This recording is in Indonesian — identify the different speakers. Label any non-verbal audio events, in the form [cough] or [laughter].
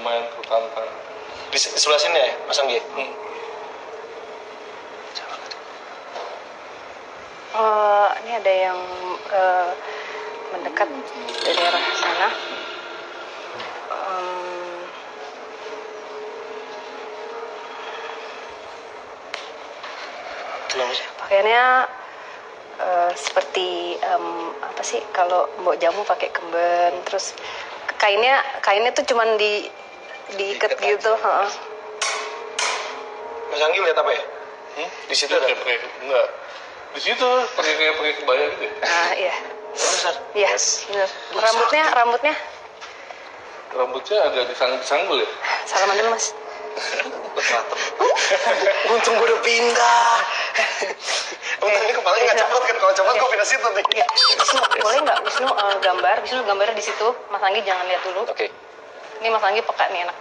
Speaker 1: paham paham di, se- di sebelah sini ya mas Anggi hmm.
Speaker 2: Eh, ini ada yang eh, mendekat dari arah sana. Em,
Speaker 1: Kenapa sih?
Speaker 2: pakaiannya eh, seperti em, apa sih kalau mbok jamu pakai kemben, terus kainnya kainnya tuh cuman di diikat
Speaker 1: Diikat
Speaker 2: gitu. heeh.
Speaker 1: mas Anggi lihat apa ya hmm? di situ ada
Speaker 3: Dia Iya, kayak pakai enggak di situ pakai kayak pakai kebaya gitu ya.
Speaker 2: Nah, iya.
Speaker 1: besar
Speaker 2: Iya, bener. Rambutnya rambutnya
Speaker 3: rambutnya agak disang disanggul ya
Speaker 2: salaman dulu, Mas.
Speaker 1: [laughs] untung gue udah [laughs] pindah untung ini kepalanya nggak copot kan kalau copot gue pindah situ nih
Speaker 2: Ya, Wisnu, boleh nggak Wisnu eh, gambar? Wisnu gambarnya di situ. Mas Anggi jangan lihat dulu.
Speaker 4: Oke.
Speaker 2: Ini Mas Anggi peka nih enak.